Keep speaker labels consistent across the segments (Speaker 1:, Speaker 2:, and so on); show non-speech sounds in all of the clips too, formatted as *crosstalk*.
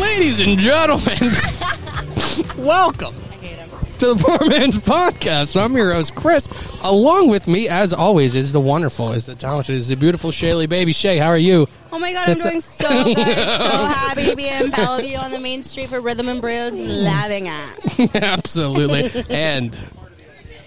Speaker 1: Ladies and gentlemen, *laughs* welcome to the Poor Man's Podcast. I'm your host, Chris. Along with me, as always, is the wonderful, is the talented, is the beautiful Shaylee Baby Shay. How are you?
Speaker 2: Oh my god,
Speaker 1: That's a-
Speaker 2: I'm doing so good. so
Speaker 1: *laughs*
Speaker 2: happy to be in Bellevue on the main street for Rhythm and Blues. Loving it.
Speaker 1: Absolutely. and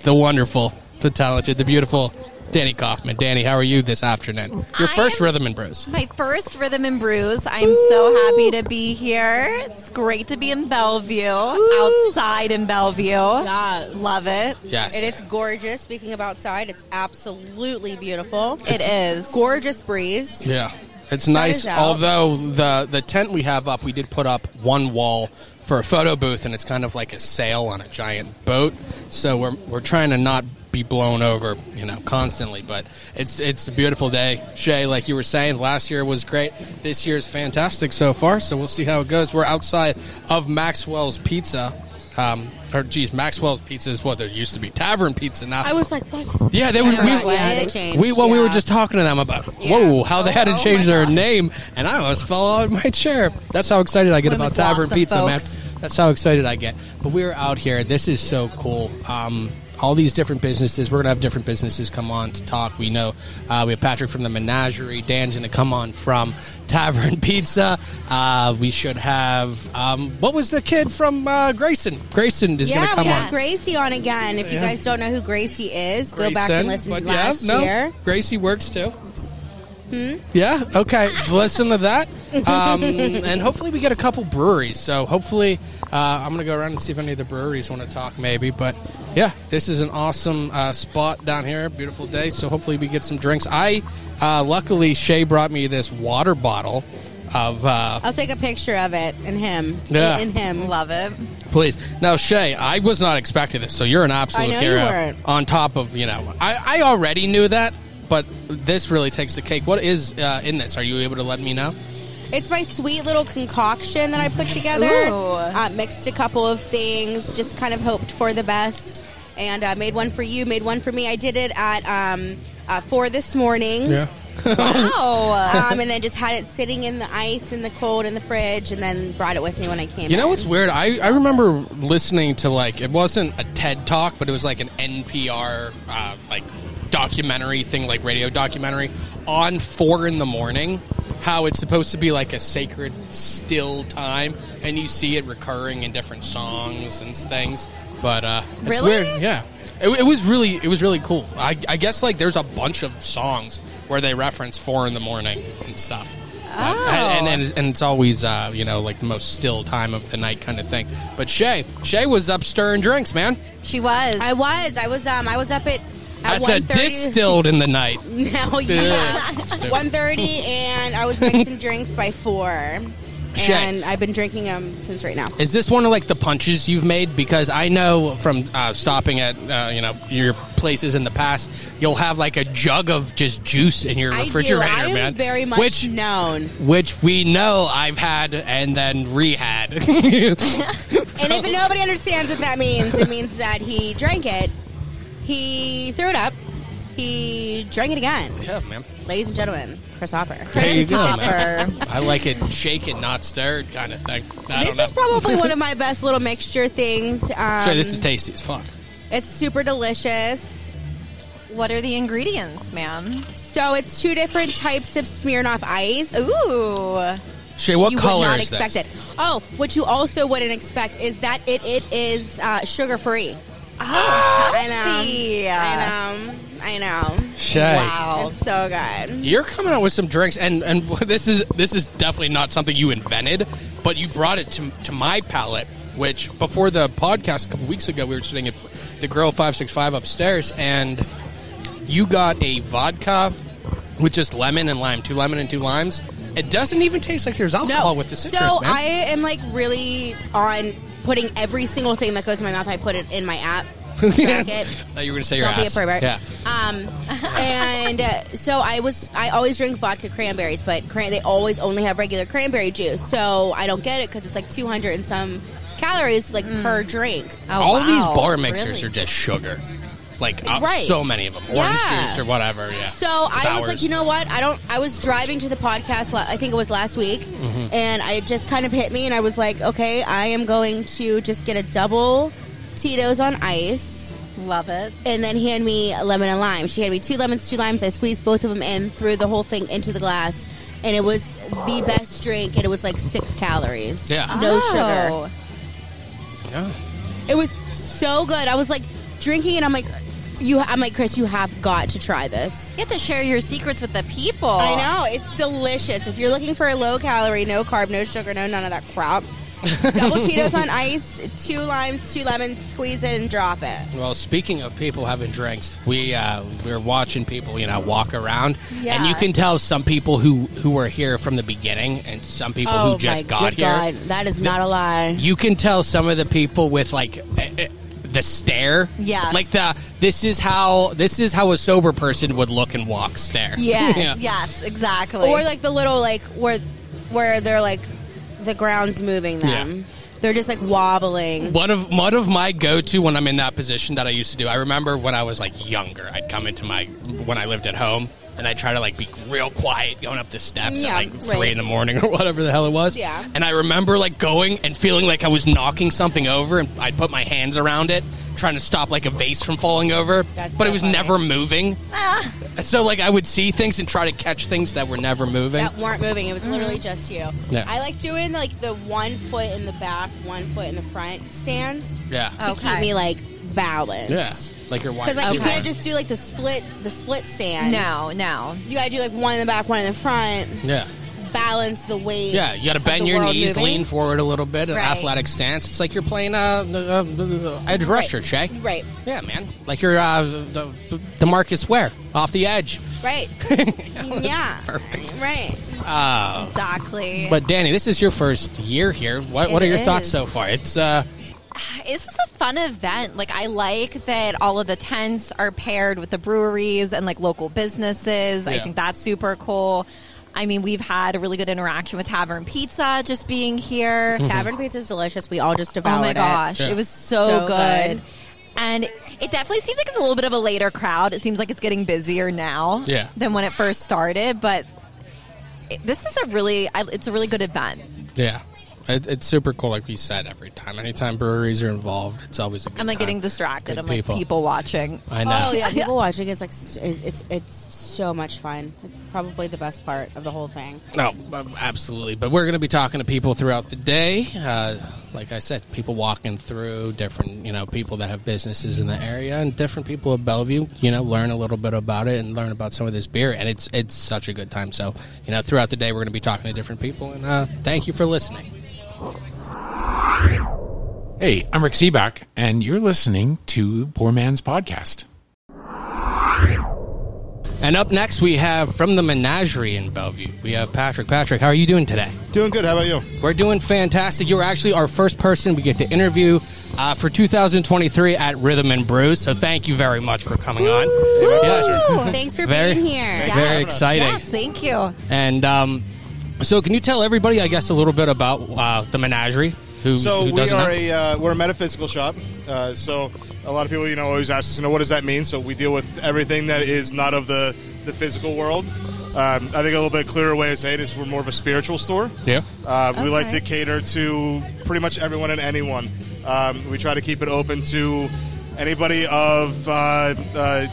Speaker 1: the wonderful, the talented, the beautiful Danny Kaufman. Danny, how are you this afternoon? Your
Speaker 3: I
Speaker 1: first
Speaker 3: am-
Speaker 1: Rhythm and Bros.
Speaker 3: My first Rhythm and Brews. I'm so happy to be here. It's great to be in Bellevue, outside in Bellevue.
Speaker 2: Yes.
Speaker 3: Love it.
Speaker 1: Yes.
Speaker 2: And it's gorgeous. Speaking of outside, it's absolutely beautiful.
Speaker 3: It is.
Speaker 2: Gorgeous breeze.
Speaker 1: Yeah, it's nice.
Speaker 2: is out.
Speaker 1: Although the the tent we have up, we did put up one wall for a photo booth, and it's kind of like a sail on a giant boat. So we're we're trying to not be blown over, you know, constantly. But it's it's a beautiful day, Shay. Like you were saying, last year was great. This year's fantastic so far. So we'll see how it goes. We're outside of Maxwell's Pizza. Um, or geez, Maxwell's Pizza is what there used to be tavern pizza now.
Speaker 2: I was like, what?
Speaker 1: Yeah, they were.
Speaker 2: Never
Speaker 1: We,
Speaker 2: mind. Yeah, they changed.
Speaker 1: we well, we were
Speaker 2: Yeah.
Speaker 1: just talking to them about
Speaker 2: Yeah.
Speaker 1: whoa, how they had to
Speaker 2: Oh,
Speaker 1: change
Speaker 2: my
Speaker 1: their
Speaker 2: God.
Speaker 1: name, and I almost fell out of my chair. That's how excited I get
Speaker 3: Women's
Speaker 1: about Tavern
Speaker 3: lost, the
Speaker 1: Pizza,
Speaker 3: folks.
Speaker 1: man. That's how excited I get. But we're out here. This is so cool. Um, all these different businesses. We're gonna have different businesses come on to talk. We know uh, we have Patrick from the Menagerie. Dan's gonna come on from Tavern *laughs* Pizza. Uh, we should have um, what was the kid from uh, Grayson? Grayson is
Speaker 2: Yeah,
Speaker 1: gonna come
Speaker 2: we
Speaker 1: on.
Speaker 2: had Gracie on again. If you
Speaker 1: Yeah.
Speaker 2: guys don't know who Gracie is, go back
Speaker 1: Grayson,
Speaker 2: and listen to
Speaker 1: but
Speaker 2: last
Speaker 1: yeah, no,
Speaker 2: year. Hmm?
Speaker 1: Gracie works too. Yeah. Okay. Listen to that, um, and hopefully we get a couple breweries. So hopefully uh, I'm going to go around and see if any of the breweries want to talk, maybe. But yeah, this is an awesome uh, spot down here. Beautiful day. So hopefully we get some drinks. I uh, luckily Shay brought me this water bottle of uh,
Speaker 2: I'll take a picture of it and him.
Speaker 1: Yeah.
Speaker 2: And him.
Speaker 3: Love it.
Speaker 1: Please. Now, Shay, I was not expecting this, so you're an absolute
Speaker 2: I know you
Speaker 1: hero.
Speaker 2: weren't.
Speaker 1: On top of, you know, I, I already knew that, but this really takes the cake. What is uh, in this? Are you able to let me know?
Speaker 2: It's my sweet little concoction that I put together.
Speaker 3: Ooh.
Speaker 2: Uh, mixed a couple of things, just kind of hoped for the best, and uh, made one for you, made one for me. I did it at um, uh, four this morning. *laughs*
Speaker 3: Wow.
Speaker 2: Um, and then just had it sitting in the ice in the cold in the fridge, and then brought it with me when I came.
Speaker 1: You know
Speaker 2: in.
Speaker 1: what's weird? I, I remember listening to, like, it wasn't a TED talk, but it was like an NPR, uh, like, documentary thing, like radio documentary, on four in the morning. How it's supposed to be like a sacred still time, and you see it recurring in different songs and things. But uh, it's
Speaker 3: Really?
Speaker 1: weird, yeah. It, it was really, it was really cool. I, I guess like there's a bunch of songs where they reference four in the morning and stuff. Um, and,
Speaker 2: Oh.
Speaker 1: and, and it's always, uh, you know, like the most still time of the night kind of thing. But Shay, Shay was up stirring drinks, man.
Speaker 3: She was.
Speaker 2: I was. I was. Um, I was up at at,
Speaker 1: At,
Speaker 2: one
Speaker 1: the
Speaker 2: thirty.
Speaker 1: distilled in the night.
Speaker 2: *laughs* Now, yeah, *laughs*
Speaker 1: Ugh, stupid.
Speaker 2: one thirty, and I was mixing drinks by four.
Speaker 1: Shay.
Speaker 2: And I've been drinking them since right now.
Speaker 1: Is this one of like the punches you've made? Because I know from uh, stopping at uh, you know your places in the past, you'll have like a jug of just juice in your
Speaker 2: I do.
Speaker 1: refrigerator,
Speaker 2: I am
Speaker 1: man.
Speaker 2: very much
Speaker 1: which *laughs*
Speaker 2: known.
Speaker 1: which we know I've had and then re-had. *laughs*
Speaker 2: *laughs*
Speaker 1: Oh,
Speaker 2: And if nobody understands what that means, it means that he drank it, he threw it up, he drank it again.
Speaker 1: yeah, man.
Speaker 2: Ladies and gentlemen, Chris Hopper.
Speaker 1: There you
Speaker 3: Chris
Speaker 1: go, man.
Speaker 3: Hopper.
Speaker 1: I like it shaken, not stirred, kind of thing. *laughs* I don't
Speaker 2: This
Speaker 1: know.
Speaker 2: is
Speaker 1: *laughs*
Speaker 2: probably one of my best little mixture things. Um,
Speaker 1: so this is tasty as fuck.
Speaker 2: it's super delicious.
Speaker 3: what are the ingredients, ma'am?
Speaker 2: So it's two different types of Smirnoff ice.
Speaker 3: Ooh.
Speaker 1: Shay, what
Speaker 2: you
Speaker 1: color
Speaker 2: would not
Speaker 1: is
Speaker 2: expect
Speaker 1: this?
Speaker 2: it. Oh, what you also wouldn't expect is that it it is uh, sugar free. *gasps* I
Speaker 3: healthy.
Speaker 2: know. I know. I know.
Speaker 1: Shay.
Speaker 3: Wow.
Speaker 2: It's so good.
Speaker 1: You're coming out with some drinks, and and *laughs* this is this is definitely not something you invented, but you brought it to to my palate. Which before the podcast a couple weeks ago, we were sitting at the Girl Five Six Five upstairs, and you got a vodka with just lemon and lime, two lemon and two limes, It doesn't even taste like there's alcohol with the citrus,
Speaker 2: so
Speaker 1: man.
Speaker 2: I am like really on putting every single thing that goes in my mouth. I put it in my
Speaker 1: *laughs*
Speaker 2: app. Track it.
Speaker 1: Oh, you were gonna say
Speaker 2: Don't
Speaker 1: your
Speaker 2: be a
Speaker 1: ass.
Speaker 2: pervert.
Speaker 1: Yeah.
Speaker 2: Um, and uh, so I was. I always drink vodka cranberries, but cran- they always only have regular cranberry juice, so I don't get it because it's like 200 and some calories like per drink.
Speaker 3: Oh,
Speaker 1: All of these
Speaker 3: wow.
Speaker 1: bar mixers
Speaker 2: Really?
Speaker 1: are just sugar. Like uh,
Speaker 2: Right.
Speaker 1: so many of them, orange
Speaker 2: Yeah.
Speaker 1: juice or whatever. Yeah.
Speaker 2: So I was like,
Speaker 1: Sours.
Speaker 2: you know what? I don't. I was driving to the podcast. la- I think it was last week,
Speaker 1: Mm-hmm.
Speaker 2: and I it just kind of hit me, and I was like, okay, I am going to just get a double Tito's on ice,
Speaker 3: Love it.
Speaker 2: and then hand me a lemon and lime. She had me two lemons, two limes. I squeezed both of them in, threw the whole thing into the glass, and it was the best drink. And it was like six calories.
Speaker 1: Yeah.
Speaker 2: no sugar.
Speaker 3: Oh.
Speaker 1: Yeah.
Speaker 2: It was so good. I was like drinking it. I'm like, you. I'm like Chris. You have got to try this.
Speaker 3: You have to share your secrets with the people.
Speaker 2: I know it's delicious. If you're looking for a low calorie, no carb, no sugar, no none of that
Speaker 1: *laughs*
Speaker 2: crap. Double Cheetos on ice, two limes, two lemons, squeeze it and drop it.
Speaker 1: Well, speaking of people having drinks, we uh, we are watching people, you know, walk around,
Speaker 3: Yeah.
Speaker 1: and you can tell some people who who were here from the beginning, and some people
Speaker 2: Oh,
Speaker 1: who just got here.
Speaker 2: that is not a lie.
Speaker 1: You can tell some of the people with like eh, eh, the stare,
Speaker 3: Yeah.
Speaker 1: like the this is how this is how a sober person would look and walk stare. *laughs*
Speaker 2: Yes.
Speaker 3: Yes, exactly.
Speaker 2: Or like the little like where where they're like the ground's moving them.
Speaker 1: Yeah.
Speaker 2: They're just like wobbling.
Speaker 1: One of one of my go to when I'm in that position that I used to do. I remember when I was like younger, I'd come into my when I lived at home and I'd try to like be real quiet going up the steps
Speaker 2: Yeah,
Speaker 1: at like
Speaker 2: right.
Speaker 1: three in the morning or whatever the hell it was.
Speaker 2: Yeah.
Speaker 1: And I remember like going and feeling like I was knocking something over and I'd put my hands around it, trying to stop like a vase from falling over.
Speaker 2: That's
Speaker 1: but
Speaker 2: so
Speaker 1: it was
Speaker 2: funny.
Speaker 1: never moving.
Speaker 3: Ah.
Speaker 1: So like I would see things and try to catch things that were never moving.
Speaker 2: That weren't moving. It was literally just you.
Speaker 1: Yeah.
Speaker 2: I like doing like the one foot in the back, one foot in the front stance
Speaker 1: Yeah.
Speaker 2: to keep
Speaker 3: Okay.
Speaker 2: me like balanced.
Speaker 1: Yeah. Like your wife.
Speaker 2: Because like you
Speaker 3: Okay.
Speaker 2: can't just do like the split the split stand.
Speaker 3: No, no.
Speaker 2: You gotta do like one in the back, one in the front.
Speaker 1: Yeah.
Speaker 2: Balance the weight.
Speaker 1: Yeah, you got to
Speaker 2: of
Speaker 1: bend
Speaker 2: the
Speaker 1: your
Speaker 2: world
Speaker 1: knees,
Speaker 2: moving.
Speaker 1: lean forward a little bit, an
Speaker 3: Right.
Speaker 1: athletic stance. It's like you're playing uh, uh, uh, edge rusher, Shay.
Speaker 2: Right.
Speaker 1: Yeah, man. Like you're uh, the, the Marcus Ware off the edge. *laughs*
Speaker 2: Right. yeah.
Speaker 1: Perfect.
Speaker 2: Right.
Speaker 1: Uh,
Speaker 3: Exactly.
Speaker 1: but Danny, this is your first year here. What, what are
Speaker 2: It
Speaker 1: your thoughts
Speaker 2: is.
Speaker 1: so far? It's uh,
Speaker 3: this is a fun event. Like I like that all of the tents are paired with the breweries and like local businesses. I
Speaker 1: Yeah.
Speaker 3: think that's super cool. I mean, we've had a really good interaction with Tavern Pizza just being here.
Speaker 2: *laughs* Tavern pizza is delicious. We all just
Speaker 3: Oh
Speaker 2: devoured
Speaker 3: my
Speaker 2: it.
Speaker 3: gosh,
Speaker 1: Mm-hmm. Yeah.
Speaker 3: it was so,
Speaker 2: So
Speaker 3: good.
Speaker 2: good.
Speaker 3: And it definitely seems like it's a little bit of a later crowd. It seems like it's getting busier now
Speaker 1: Yeah.
Speaker 3: than when it first started, but it, this is a really I- it's a really good event.
Speaker 1: yeah, it, it's super cool. Like we said, every time, anytime breweries are involved, it's always a good
Speaker 3: I'm like
Speaker 1: time.
Speaker 3: getting distracted.
Speaker 1: Good
Speaker 3: I'm like
Speaker 1: people.
Speaker 3: people, watching.
Speaker 1: I know.
Speaker 3: *laughs*
Speaker 2: Oh yeah, people watching is like s- it- it's it's so much fun. It's probably the best part of the whole thing.
Speaker 1: No, absolutely. But we're going to be talking to people throughout the day. Uh, like I said, people walking through, different, you know, people that have businesses in the area and different people of Bellevue, you know, learn a little bit about it and learn about some of this beer. And it's it's such a good time. So, you know, throughout the day, we're going to be talking to different people. And uh, thank you for listening.
Speaker 4: Hey, I'm Rick Seaback, and you're listening to Poor Man's Podcast.
Speaker 1: And up next, we have from the menagerie in Bellevue, we have Patrick. Patrick, how are you doing today?
Speaker 5: Doing good. How about you?
Speaker 1: We're doing fantastic. You're actually our first person we get to interview uh, for 2023 at Rhythm and Brews. So thank you very much for coming on. Yes, *laughs*
Speaker 2: Thanks for
Speaker 1: very,
Speaker 2: being here.
Speaker 1: very exciting.
Speaker 3: Yes, thank you.
Speaker 1: And um, so, can you tell everybody, I guess, a little bit about uh, the menagerie? Who, who
Speaker 5: So we
Speaker 1: doesn't
Speaker 5: are
Speaker 1: know?
Speaker 5: a uh, we're a metaphysical shop. Uh, so a lot of people, you know, always ask us, you know, what does that mean? So we deal with everything that is not of the the physical world. Um, I think a little bit clearer way to say it is we're more of a spiritual store.
Speaker 1: yeah.
Speaker 5: Uh, We like
Speaker 2: Okay.
Speaker 5: to cater to pretty much everyone and anyone. Um, we try to keep it open to anybody of uh, uh,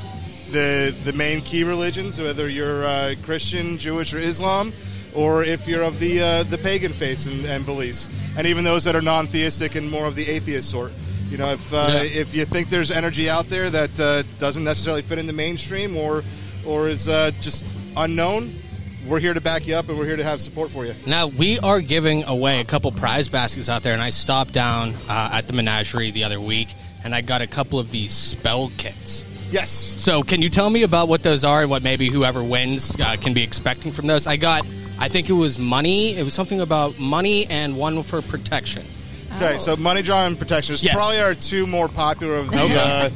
Speaker 5: the the main key religions, whether you're uh, Christian, Jewish, or Islam, or if you're of the uh, the pagan faiths and, and beliefs, and even those that are non-theistic and more of the atheist sort. You know, if uh,
Speaker 1: Yeah.
Speaker 5: if you think there's energy out there that uh, doesn't necessarily fit in the mainstream or or is uh, just unknown, we're here to back you up and we're here to have support for you.
Speaker 1: Now we are giving away a couple prize baskets out there, and I stopped down uh, at the menagerie the other week, and I got a couple of these spell kits.
Speaker 5: Yes.
Speaker 1: So, can you tell me about what those are and what maybe whoever wins uh, can be expecting from those? I got, I think it was money. It was something about money and one for protection.
Speaker 2: Oh.
Speaker 5: Okay, so money draw and protection is
Speaker 1: Yes.
Speaker 5: probably are two more popular of the
Speaker 1: Okay.
Speaker 5: uh,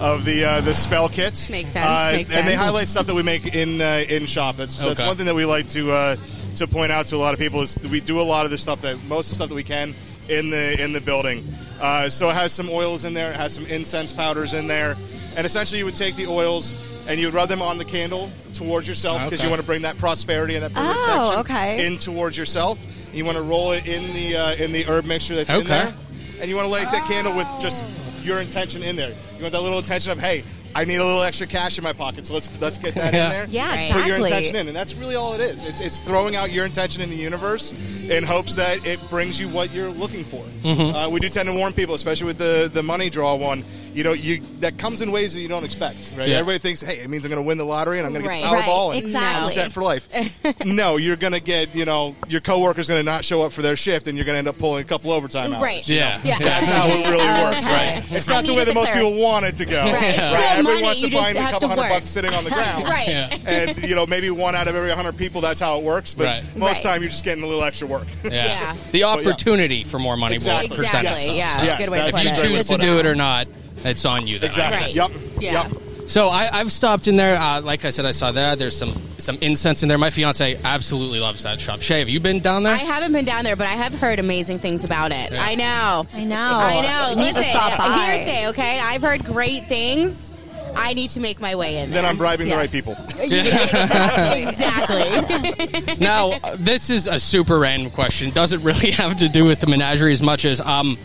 Speaker 5: of the uh, the spell kits.
Speaker 2: Makes sense,
Speaker 5: Uh,
Speaker 2: makes
Speaker 5: And they
Speaker 2: sense.
Speaker 5: highlight stuff that we make in uh, in shop. That's that's
Speaker 1: Okay.
Speaker 5: one thing that we like to uh, to point out to a lot of people is that we do a lot of the stuff that most of the stuff that we can in the in the building. Uh, so it has some oils in there. It has some incense powders in there, and essentially you would take the oils and you would rub them on the candle towards yourself because
Speaker 1: Okay.
Speaker 5: you want to bring that prosperity and that
Speaker 2: Ah,
Speaker 3: Oh,
Speaker 5: protection
Speaker 3: okay.
Speaker 5: in towards yourself. You want to roll it in the uh, in the herb mixture that's in
Speaker 1: Okay.
Speaker 5: there, and you want to light that candle with just your intention in there. You want that little intention of hey, I need a little extra cash in my pocket, so let's let's get that
Speaker 1: Yeah.
Speaker 5: in there.
Speaker 3: Yeah,
Speaker 2: Right.
Speaker 5: Put your
Speaker 3: exactly.
Speaker 5: intention in, and that's really all it is. It's it's throwing out your intention in the universe in hopes that it brings you what you're looking for.
Speaker 1: Mm-hmm.
Speaker 5: Uh, we do tend to warn people, especially with the the money draw one. You know, you that comes in ways that you don't expect. Right?
Speaker 1: Yeah.
Speaker 5: Everybody thinks, hey, it means I'm going to win the lottery and I'm going to
Speaker 2: Right.
Speaker 5: get Powerball
Speaker 3: Right,
Speaker 5: and
Speaker 3: exactly.
Speaker 5: I'm set for life. no, you're going to get you know your coworker's going to not show up for their shift, and you're going to end up pulling a couple overtime hours.
Speaker 2: Right.
Speaker 1: Yeah.
Speaker 2: Yeah.
Speaker 5: That's how it really works, right? It's not the
Speaker 2: I needed
Speaker 5: way that
Speaker 2: to
Speaker 5: most
Speaker 2: clarify.
Speaker 5: people want it to go.
Speaker 2: It's still
Speaker 5: Everyone
Speaker 2: money,
Speaker 5: wants to
Speaker 2: you just
Speaker 5: find a
Speaker 2: have
Speaker 5: couple
Speaker 2: to
Speaker 5: hundred
Speaker 2: work.
Speaker 5: bucks sitting on the ground.
Speaker 2: Right.
Speaker 1: Yeah.
Speaker 5: And you know, maybe one out of every 100 people, that's how it works. But
Speaker 1: Right.
Speaker 5: most
Speaker 2: Right.
Speaker 5: time, you're just getting a little extra work. *laughs*
Speaker 2: Yeah.
Speaker 1: The opportunity for more money
Speaker 5: Exactly.
Speaker 1: will present
Speaker 2: Exactly,
Speaker 1: itself.
Speaker 2: yeah.
Speaker 1: So
Speaker 2: That's a good way to
Speaker 1: If
Speaker 2: put
Speaker 1: you
Speaker 2: it.
Speaker 1: choose to
Speaker 5: Put
Speaker 1: do it or not, it's on you. Then, I
Speaker 5: Exactly.
Speaker 1: guess.
Speaker 2: Right.
Speaker 5: Yep.
Speaker 2: Yeah.
Speaker 5: Yep.
Speaker 1: So I, I've stopped in there. Uh, like I said, I saw that. There's some some incense in there. My fiance absolutely loves that shop. Shay, have you been down there?
Speaker 2: I haven't been down there, but I have heard amazing things about it. I know.
Speaker 3: I know.
Speaker 2: I know.
Speaker 3: You need to
Speaker 2: Listen,
Speaker 3: stop by.
Speaker 2: hearsay, okay? I've heard great things. I need to make my way in there.
Speaker 5: Then I'm bribing
Speaker 2: Yes.
Speaker 5: the right
Speaker 2: *laughs*
Speaker 5: people.
Speaker 2: exactly.
Speaker 1: now uh, this is a super random question doesn't really *laughs* have to do with the menagerie as much as um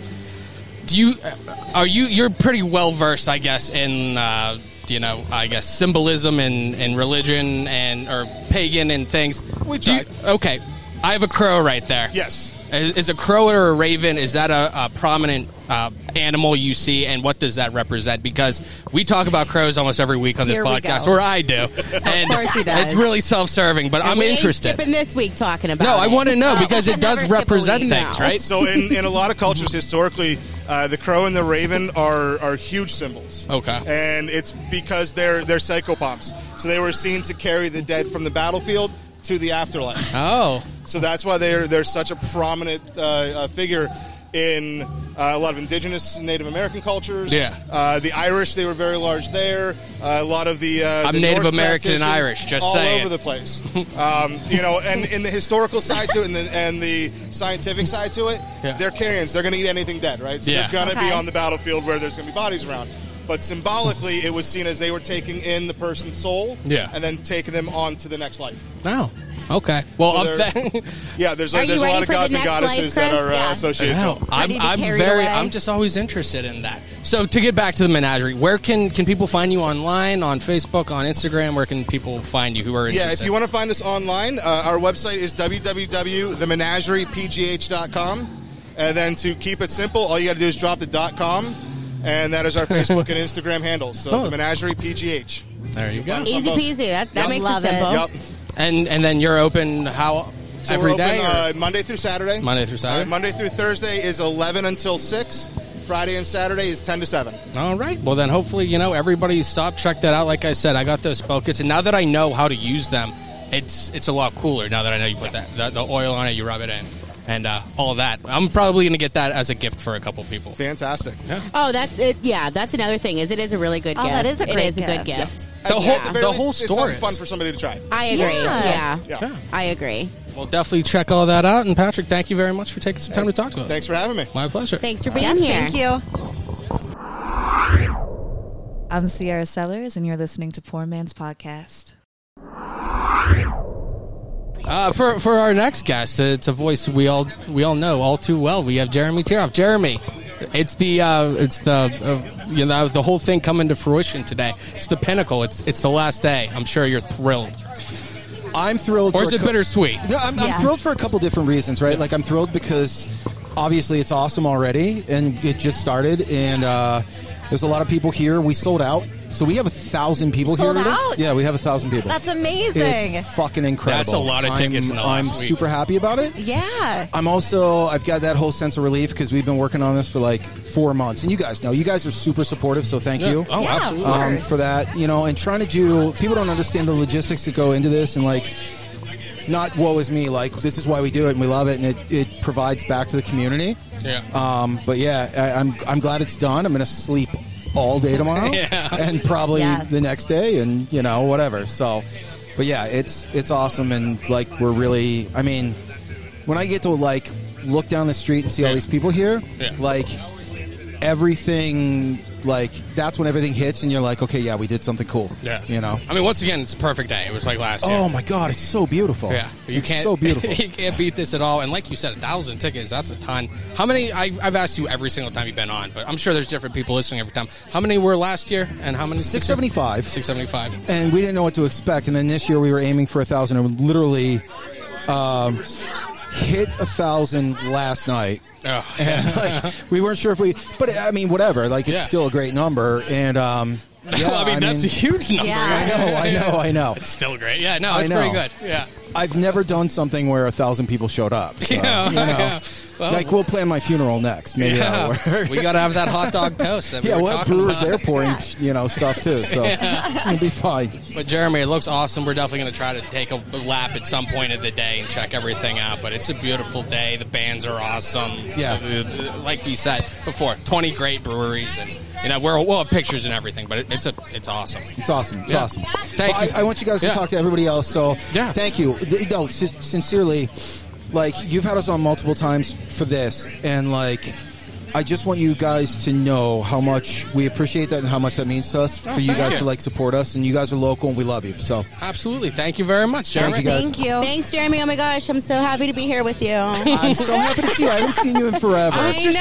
Speaker 1: do you uh, are you you're pretty well versed i guess in uh you know i guess symbolism and and religion and or pagan and things
Speaker 5: We
Speaker 1: Do you-
Speaker 5: tried.
Speaker 1: okay i have a crow right there
Speaker 5: Yes.
Speaker 1: is, is a crow or a raven is that a, a prominent uh, animal you see and what does that represent because we talk about crows almost every week on this
Speaker 3: Here we
Speaker 1: podcast
Speaker 3: go.
Speaker 1: or i do and
Speaker 2: course he does.
Speaker 1: it's really self-serving but i'm
Speaker 2: We ain't
Speaker 1: interested
Speaker 2: Skipping this week talking about.
Speaker 1: no, I
Speaker 2: it.
Speaker 1: want to know because it
Speaker 3: never
Speaker 1: does
Speaker 3: skip a
Speaker 1: represent
Speaker 3: week.
Speaker 1: things,
Speaker 3: No.
Speaker 1: right?
Speaker 5: So in, in a lot of cultures historically, uh, the crow and the raven are, are huge symbols.
Speaker 1: Okay.
Speaker 5: And it's because they're they're psychopomps. So they were seen to carry the dead from the battlefield to the afterlife.
Speaker 1: Oh,
Speaker 5: So that's why they're they're such a prominent uh, uh, figure in uh, a lot of indigenous Native American cultures.
Speaker 1: Yeah.
Speaker 5: Uh, the Irish they were very large there. Uh, a lot of the uh,
Speaker 1: I'm
Speaker 5: the
Speaker 1: Native
Speaker 5: Norse
Speaker 1: American and
Speaker 5: practitioners
Speaker 1: Irish, just
Speaker 5: all
Speaker 1: saying.
Speaker 5: over the place. Um, you know, and in the historical side to it, and the, and the scientific side to it,
Speaker 1: Yeah.
Speaker 5: they're carrions. They're going to eat anything dead, right? So
Speaker 1: Yeah.
Speaker 5: they're going to
Speaker 3: Okay.
Speaker 5: be on the battlefield where there's going to be bodies around. But symbolically, it was seen as they were taking in the person's soul,
Speaker 1: Yeah.
Speaker 5: and then taking them on to the next life.
Speaker 1: no. Oh, Okay. Well,
Speaker 5: So
Speaker 1: I'm,
Speaker 5: there-
Speaker 1: th-
Speaker 5: *laughs* Yeah, there's
Speaker 2: Are
Speaker 5: a,
Speaker 2: you
Speaker 5: there's a
Speaker 2: ready
Speaker 5: lot of
Speaker 2: for the
Speaker 5: gods and
Speaker 2: next life,
Speaker 5: goddesses
Speaker 2: Chris?
Speaker 5: that are
Speaker 2: Yeah.
Speaker 5: uh, associated
Speaker 1: No,
Speaker 5: to it.
Speaker 1: I'm,
Speaker 3: Ready to
Speaker 1: I'm
Speaker 3: carry
Speaker 1: very.
Speaker 3: away?
Speaker 1: I'm just always interested in that. So to get back to the menagerie, where can can people find you online on Facebook, on Instagram? Where can people find you who are interested?
Speaker 5: Yeah, if you want to find us online, uh, our website is www.themenageripgh.com. And then to keep it simple, all you got to do is drop the dot .com, and that is
Speaker 1: *laughs*
Speaker 5: our Facebook and Instagram handles. So
Speaker 1: Oh.
Speaker 5: The Menagerie PGH.
Speaker 1: there you go.
Speaker 5: Yeah.
Speaker 2: Easy peasy. That that
Speaker 5: Yep.
Speaker 2: makes
Speaker 3: Love
Speaker 2: it
Speaker 3: it.
Speaker 2: simple.
Speaker 5: Yep.
Speaker 1: And and then you're open how
Speaker 5: So
Speaker 1: every
Speaker 5: we're
Speaker 1: day. or-
Speaker 5: open, uh, Monday through Saturday.
Speaker 1: Monday through Saturday?
Speaker 5: Uh, Monday through Thursday is 11 until 6. Friday and Saturday is 10 to 7.
Speaker 1: All right. Well, then hopefully, you know, everybody stop, check that out. Like I said, I got those spell kits, and now that I know how to use them, it's it's a lot cooler now that I know you put that, the, the oil on it, you rub it in, and uh, all that. I'm probably going to get that as a gift for a couple people.
Speaker 5: Fantastic.
Speaker 2: Oh, that it, yeah. That's another thing. Is it is a really good
Speaker 3: Oh,
Speaker 2: gift.
Speaker 3: that is a great
Speaker 2: It is a good
Speaker 3: gift.
Speaker 2: gift.
Speaker 1: The whole-
Speaker 5: At very
Speaker 1: the whole
Speaker 5: least,
Speaker 1: store
Speaker 5: It's something fun
Speaker 1: is-
Speaker 5: for somebody to try.
Speaker 2: I agree.
Speaker 3: Yeah.
Speaker 2: Yeah.
Speaker 5: Yeah.
Speaker 2: I agree.
Speaker 1: Well, definitely check all that out. And Patrick, thank you very much for taking some time to talk to us.
Speaker 5: Thanks for having me.
Speaker 1: My pleasure.
Speaker 2: Thanks for being
Speaker 3: yes,
Speaker 2: here.
Speaker 3: thank you.
Speaker 6: I'm Sierra Sellers, and you're listening to Poor Man's Podcast.
Speaker 1: Uh, for for our next guest, uh, it's a voice we all we all know all too well. We have Jeremy Tiroff. Jeremy, it's the uh, it's the uh, you know the whole thing coming to fruition today. It's the pinnacle. It's it's the last day. I'm sure you're thrilled.
Speaker 7: I'm thrilled.
Speaker 1: Or
Speaker 7: for
Speaker 1: is
Speaker 7: a
Speaker 1: it
Speaker 7: cou-
Speaker 1: bittersweet?
Speaker 7: No, I'm,
Speaker 3: Yeah.
Speaker 7: I'm thrilled for a couple different reasons, right? Like I'm thrilled because obviously it's awesome already, and it just started, and uh, there's a lot of people here. We sold out So we have a thousand people
Speaker 3: Sold
Speaker 7: here. today?
Speaker 3: out?
Speaker 7: Yeah, we have a thousand people.
Speaker 3: That's amazing.
Speaker 7: It's fucking incredible.
Speaker 1: That's a lot of tickets
Speaker 7: I'm,
Speaker 1: in the last
Speaker 7: I'm
Speaker 1: week.
Speaker 7: super happy about it.
Speaker 3: yeah.
Speaker 7: I'm also I've got that whole sense of relief because we've been working on this for like four months, and you guys know you guys are super supportive, so thank you.
Speaker 1: Oh,
Speaker 3: Yeah, of
Speaker 1: absolutely.
Speaker 7: um,
Speaker 3: course.
Speaker 7: for that, you know, and trying to do people don't understand the logistics that go into this, and like not woe is me, like this is why we do it and we love it, and it, it provides back to the community.
Speaker 1: Yeah.
Speaker 7: Um, but yeah, I, I'm I'm glad it's done. I'm gonna sleep all day tomorrow,
Speaker 1: *laughs* Yeah.
Speaker 7: and probably
Speaker 3: Yes.
Speaker 7: the next day, and you know whatever. So, but yeah, it's it's awesome, and like we're really. I mean, when I get to like look down the street and see all
Speaker 1: Yeah.
Speaker 7: these people here,
Speaker 1: Yeah.
Speaker 7: like everything, like that's when everything hits, and you're like, okay, yeah, we did something cool.
Speaker 1: Yeah.
Speaker 7: you know.
Speaker 1: I mean, once again, it's a perfect day. It was like last year.
Speaker 7: Oh my god, it's so beautiful.
Speaker 1: Yeah, you
Speaker 7: it's
Speaker 1: can't.
Speaker 7: so
Speaker 1: *laughs*
Speaker 7: beautiful.
Speaker 1: you can't beat this at all. And like you said, a thousand tickets—that's a ton. How many? I've, I've asked you every single time you've been on, but I'm sure there's different people listening every time. How many were last year, and how many?
Speaker 7: 675.
Speaker 1: Six seventy-five.
Speaker 7: and we didn't know what to expect. And then this year we were aiming for a thousand, and we literally um, hit a thousand last night.
Speaker 1: Oh, yeah.
Speaker 7: *laughs* Like, we weren't sure if we, but I mean, whatever. Like it's
Speaker 1: Yeah.
Speaker 7: still a great number, and um,
Speaker 1: *laughs*
Speaker 7: yeah,
Speaker 1: I mean, that's a huge number.
Speaker 3: Yeah.
Speaker 7: I
Speaker 1: *laughs*
Speaker 7: know, I know, I know.
Speaker 1: It's still great. Yeah, no,
Speaker 7: I
Speaker 1: it's pretty
Speaker 7: know.
Speaker 1: good. Yeah.
Speaker 7: I've never done something where a thousand people showed up.
Speaker 1: *laughs*
Speaker 7: so,
Speaker 1: Yeah,
Speaker 7: you know.
Speaker 1: yeah. Well-
Speaker 7: like we'll plan my funeral next. Maybe that'll
Speaker 1: *laughs*
Speaker 7: work.
Speaker 1: we got to have that hot
Speaker 7: *laughs*
Speaker 1: dog toast that we
Speaker 7: yeah,
Speaker 1: were
Speaker 7: what
Speaker 1: talking
Speaker 7: brewers
Speaker 1: about.
Speaker 7: they're
Speaker 1: *laughs*
Speaker 7: pouring, you know, stuff too. So it'll be fine.
Speaker 1: But Jeremy, it looks awesome. We're definitely going to try to take a lap at some point of the day and check everything out. But it's a beautiful day. The bands are awesome.
Speaker 7: Yeah.
Speaker 1: Uh, like we said before, twenty great breweries, and you know we're we'll have pictures and everything. But it, it's a it's awesome.
Speaker 7: It's awesome. It's
Speaker 1: Yeah.
Speaker 7: awesome.
Speaker 1: Thank
Speaker 7: Well,
Speaker 1: you.
Speaker 7: I, I want you guys
Speaker 1: Yeah.
Speaker 7: to talk to everybody else. So
Speaker 1: Yeah.
Speaker 7: thank you. Th- No, s- sincerely, like you've had us on multiple times for this, and like I just want you guys to know how much we appreciate that and how much that means to us for you
Speaker 1: thank
Speaker 7: guys
Speaker 1: you.
Speaker 7: to like support us. And you guys are local, and we love you. So
Speaker 1: Absolutely. Thank you very much, Jeremy.
Speaker 7: thank you guys.
Speaker 3: Thank you.
Speaker 2: Thanks, Jeremy. Oh my gosh, I'm so happy to be here with you. I
Speaker 7: I'm so happy to see you. I
Speaker 2: *laughs*
Speaker 7: haven't seen you in forever.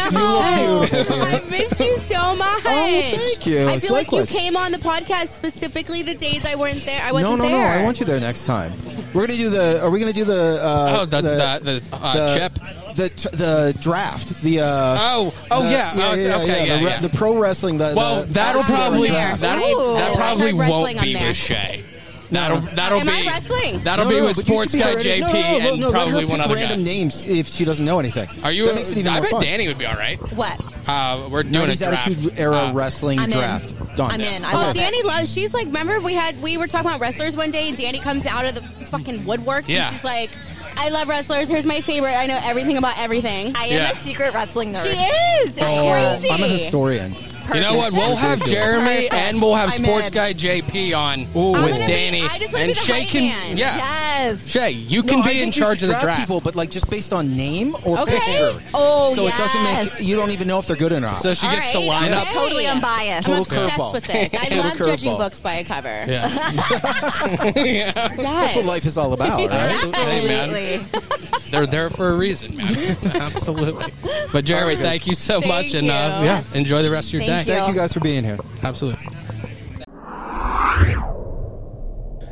Speaker 2: know. I miss you so much.
Speaker 7: Oh, thank you.
Speaker 2: I feel like you
Speaker 7: Likewise.
Speaker 2: came on the podcast specifically the days I weren't there. I wasn't
Speaker 7: no, no,
Speaker 2: there.
Speaker 7: no! I want you there next time. We're gonna do the. Are we gonna do the? Uh,
Speaker 1: Oh, the- the- the, uh, chip?
Speaker 7: The t- the draft. The. Uh,
Speaker 1: Oh, oh
Speaker 7: the-
Speaker 1: yeah, oh, okay, yeah,
Speaker 7: the, re-
Speaker 1: yeah.
Speaker 7: the pro wrestling. The,
Speaker 1: Well,
Speaker 7: the-
Speaker 1: that'll
Speaker 2: I'm
Speaker 1: probably
Speaker 2: there.
Speaker 1: that,
Speaker 2: Ooh.
Speaker 1: that probably
Speaker 2: I heard wrestling
Speaker 1: won't
Speaker 2: on
Speaker 1: be
Speaker 2: there.
Speaker 1: with Shay. That'll that'll
Speaker 2: Am
Speaker 1: be
Speaker 2: I wrestling?
Speaker 1: That'll
Speaker 7: No,
Speaker 1: be
Speaker 7: no, no,
Speaker 1: with
Speaker 7: but you
Speaker 1: sports
Speaker 7: should be
Speaker 1: guy JP
Speaker 7: there. No, no, no,
Speaker 1: and
Speaker 7: no, let her
Speaker 1: probably one
Speaker 7: pick
Speaker 1: other guy.
Speaker 7: random names if she doesn't know anything.
Speaker 1: Are you?
Speaker 7: That makes it even
Speaker 1: I
Speaker 7: more
Speaker 1: bet
Speaker 7: fun.
Speaker 1: Danny would be all right.
Speaker 3: What?
Speaker 1: Uh, we're doing a
Speaker 7: 90s
Speaker 1: draft.
Speaker 7: Attitude era
Speaker 1: Uh,
Speaker 7: wrestling
Speaker 3: I'm in.
Speaker 7: draft. Done.
Speaker 3: I'm in. I
Speaker 2: Oh,
Speaker 3: love it.
Speaker 2: Danny loves. She's like, remember we had we were talking about wrestlers one day, and Danny comes out of the fucking woodworks,
Speaker 1: Yeah.
Speaker 2: and she's like, "I love wrestlers. Here's my favorite. I know everything about everything."
Speaker 3: I am
Speaker 1: Yeah.
Speaker 3: a secret wrestling nerd.
Speaker 2: she is. It's
Speaker 7: Oh,
Speaker 2: crazy.
Speaker 7: I'm a historian.
Speaker 1: You know what? We'll have Jeremy
Speaker 3: Perfect.
Speaker 1: and we'll have
Speaker 3: I'm
Speaker 1: sports
Speaker 3: in.
Speaker 1: guy JP on
Speaker 2: I'm
Speaker 1: with
Speaker 2: gonna be-
Speaker 1: Danny.
Speaker 2: I just wanna
Speaker 1: and
Speaker 2: be the
Speaker 1: Shay
Speaker 2: hype
Speaker 1: can,
Speaker 2: man.
Speaker 1: yeah,
Speaker 3: Yes.
Speaker 1: Shay, you can
Speaker 7: No, I
Speaker 1: be in
Speaker 7: think you
Speaker 1: charge of
Speaker 7: should
Speaker 1: the
Speaker 7: draft,
Speaker 1: draft.
Speaker 7: people, but like just based on name or
Speaker 2: Okay.
Speaker 7: picture.
Speaker 3: Oh,
Speaker 7: so it doesn't
Speaker 3: yes.
Speaker 7: make you don't even know if they're good or not.
Speaker 1: so she
Speaker 2: All
Speaker 1: gets to
Speaker 2: right,
Speaker 1: line
Speaker 2: okay.
Speaker 1: up.
Speaker 3: Totally unbiased.
Speaker 2: I'm
Speaker 7: Total
Speaker 2: obsessed
Speaker 7: curveball. *laughs*
Speaker 2: with this. I
Speaker 7: Total
Speaker 2: love judging
Speaker 7: curveball.
Speaker 2: books by a cover.
Speaker 3: *laughs*
Speaker 1: Yeah. *laughs*
Speaker 7: That's what life is all about, right?
Speaker 1: Hey, man.
Speaker 7: *laughs*
Speaker 3: Absolutely.
Speaker 1: They're there for a reason, man. Absolutely. But Jeremy, thank you so
Speaker 2: Thank
Speaker 1: much, and uh,
Speaker 2: you.
Speaker 1: yeah, enjoy the rest of your
Speaker 3: Thank
Speaker 1: day.
Speaker 7: Thank you guys for being here.
Speaker 1: Absolutely.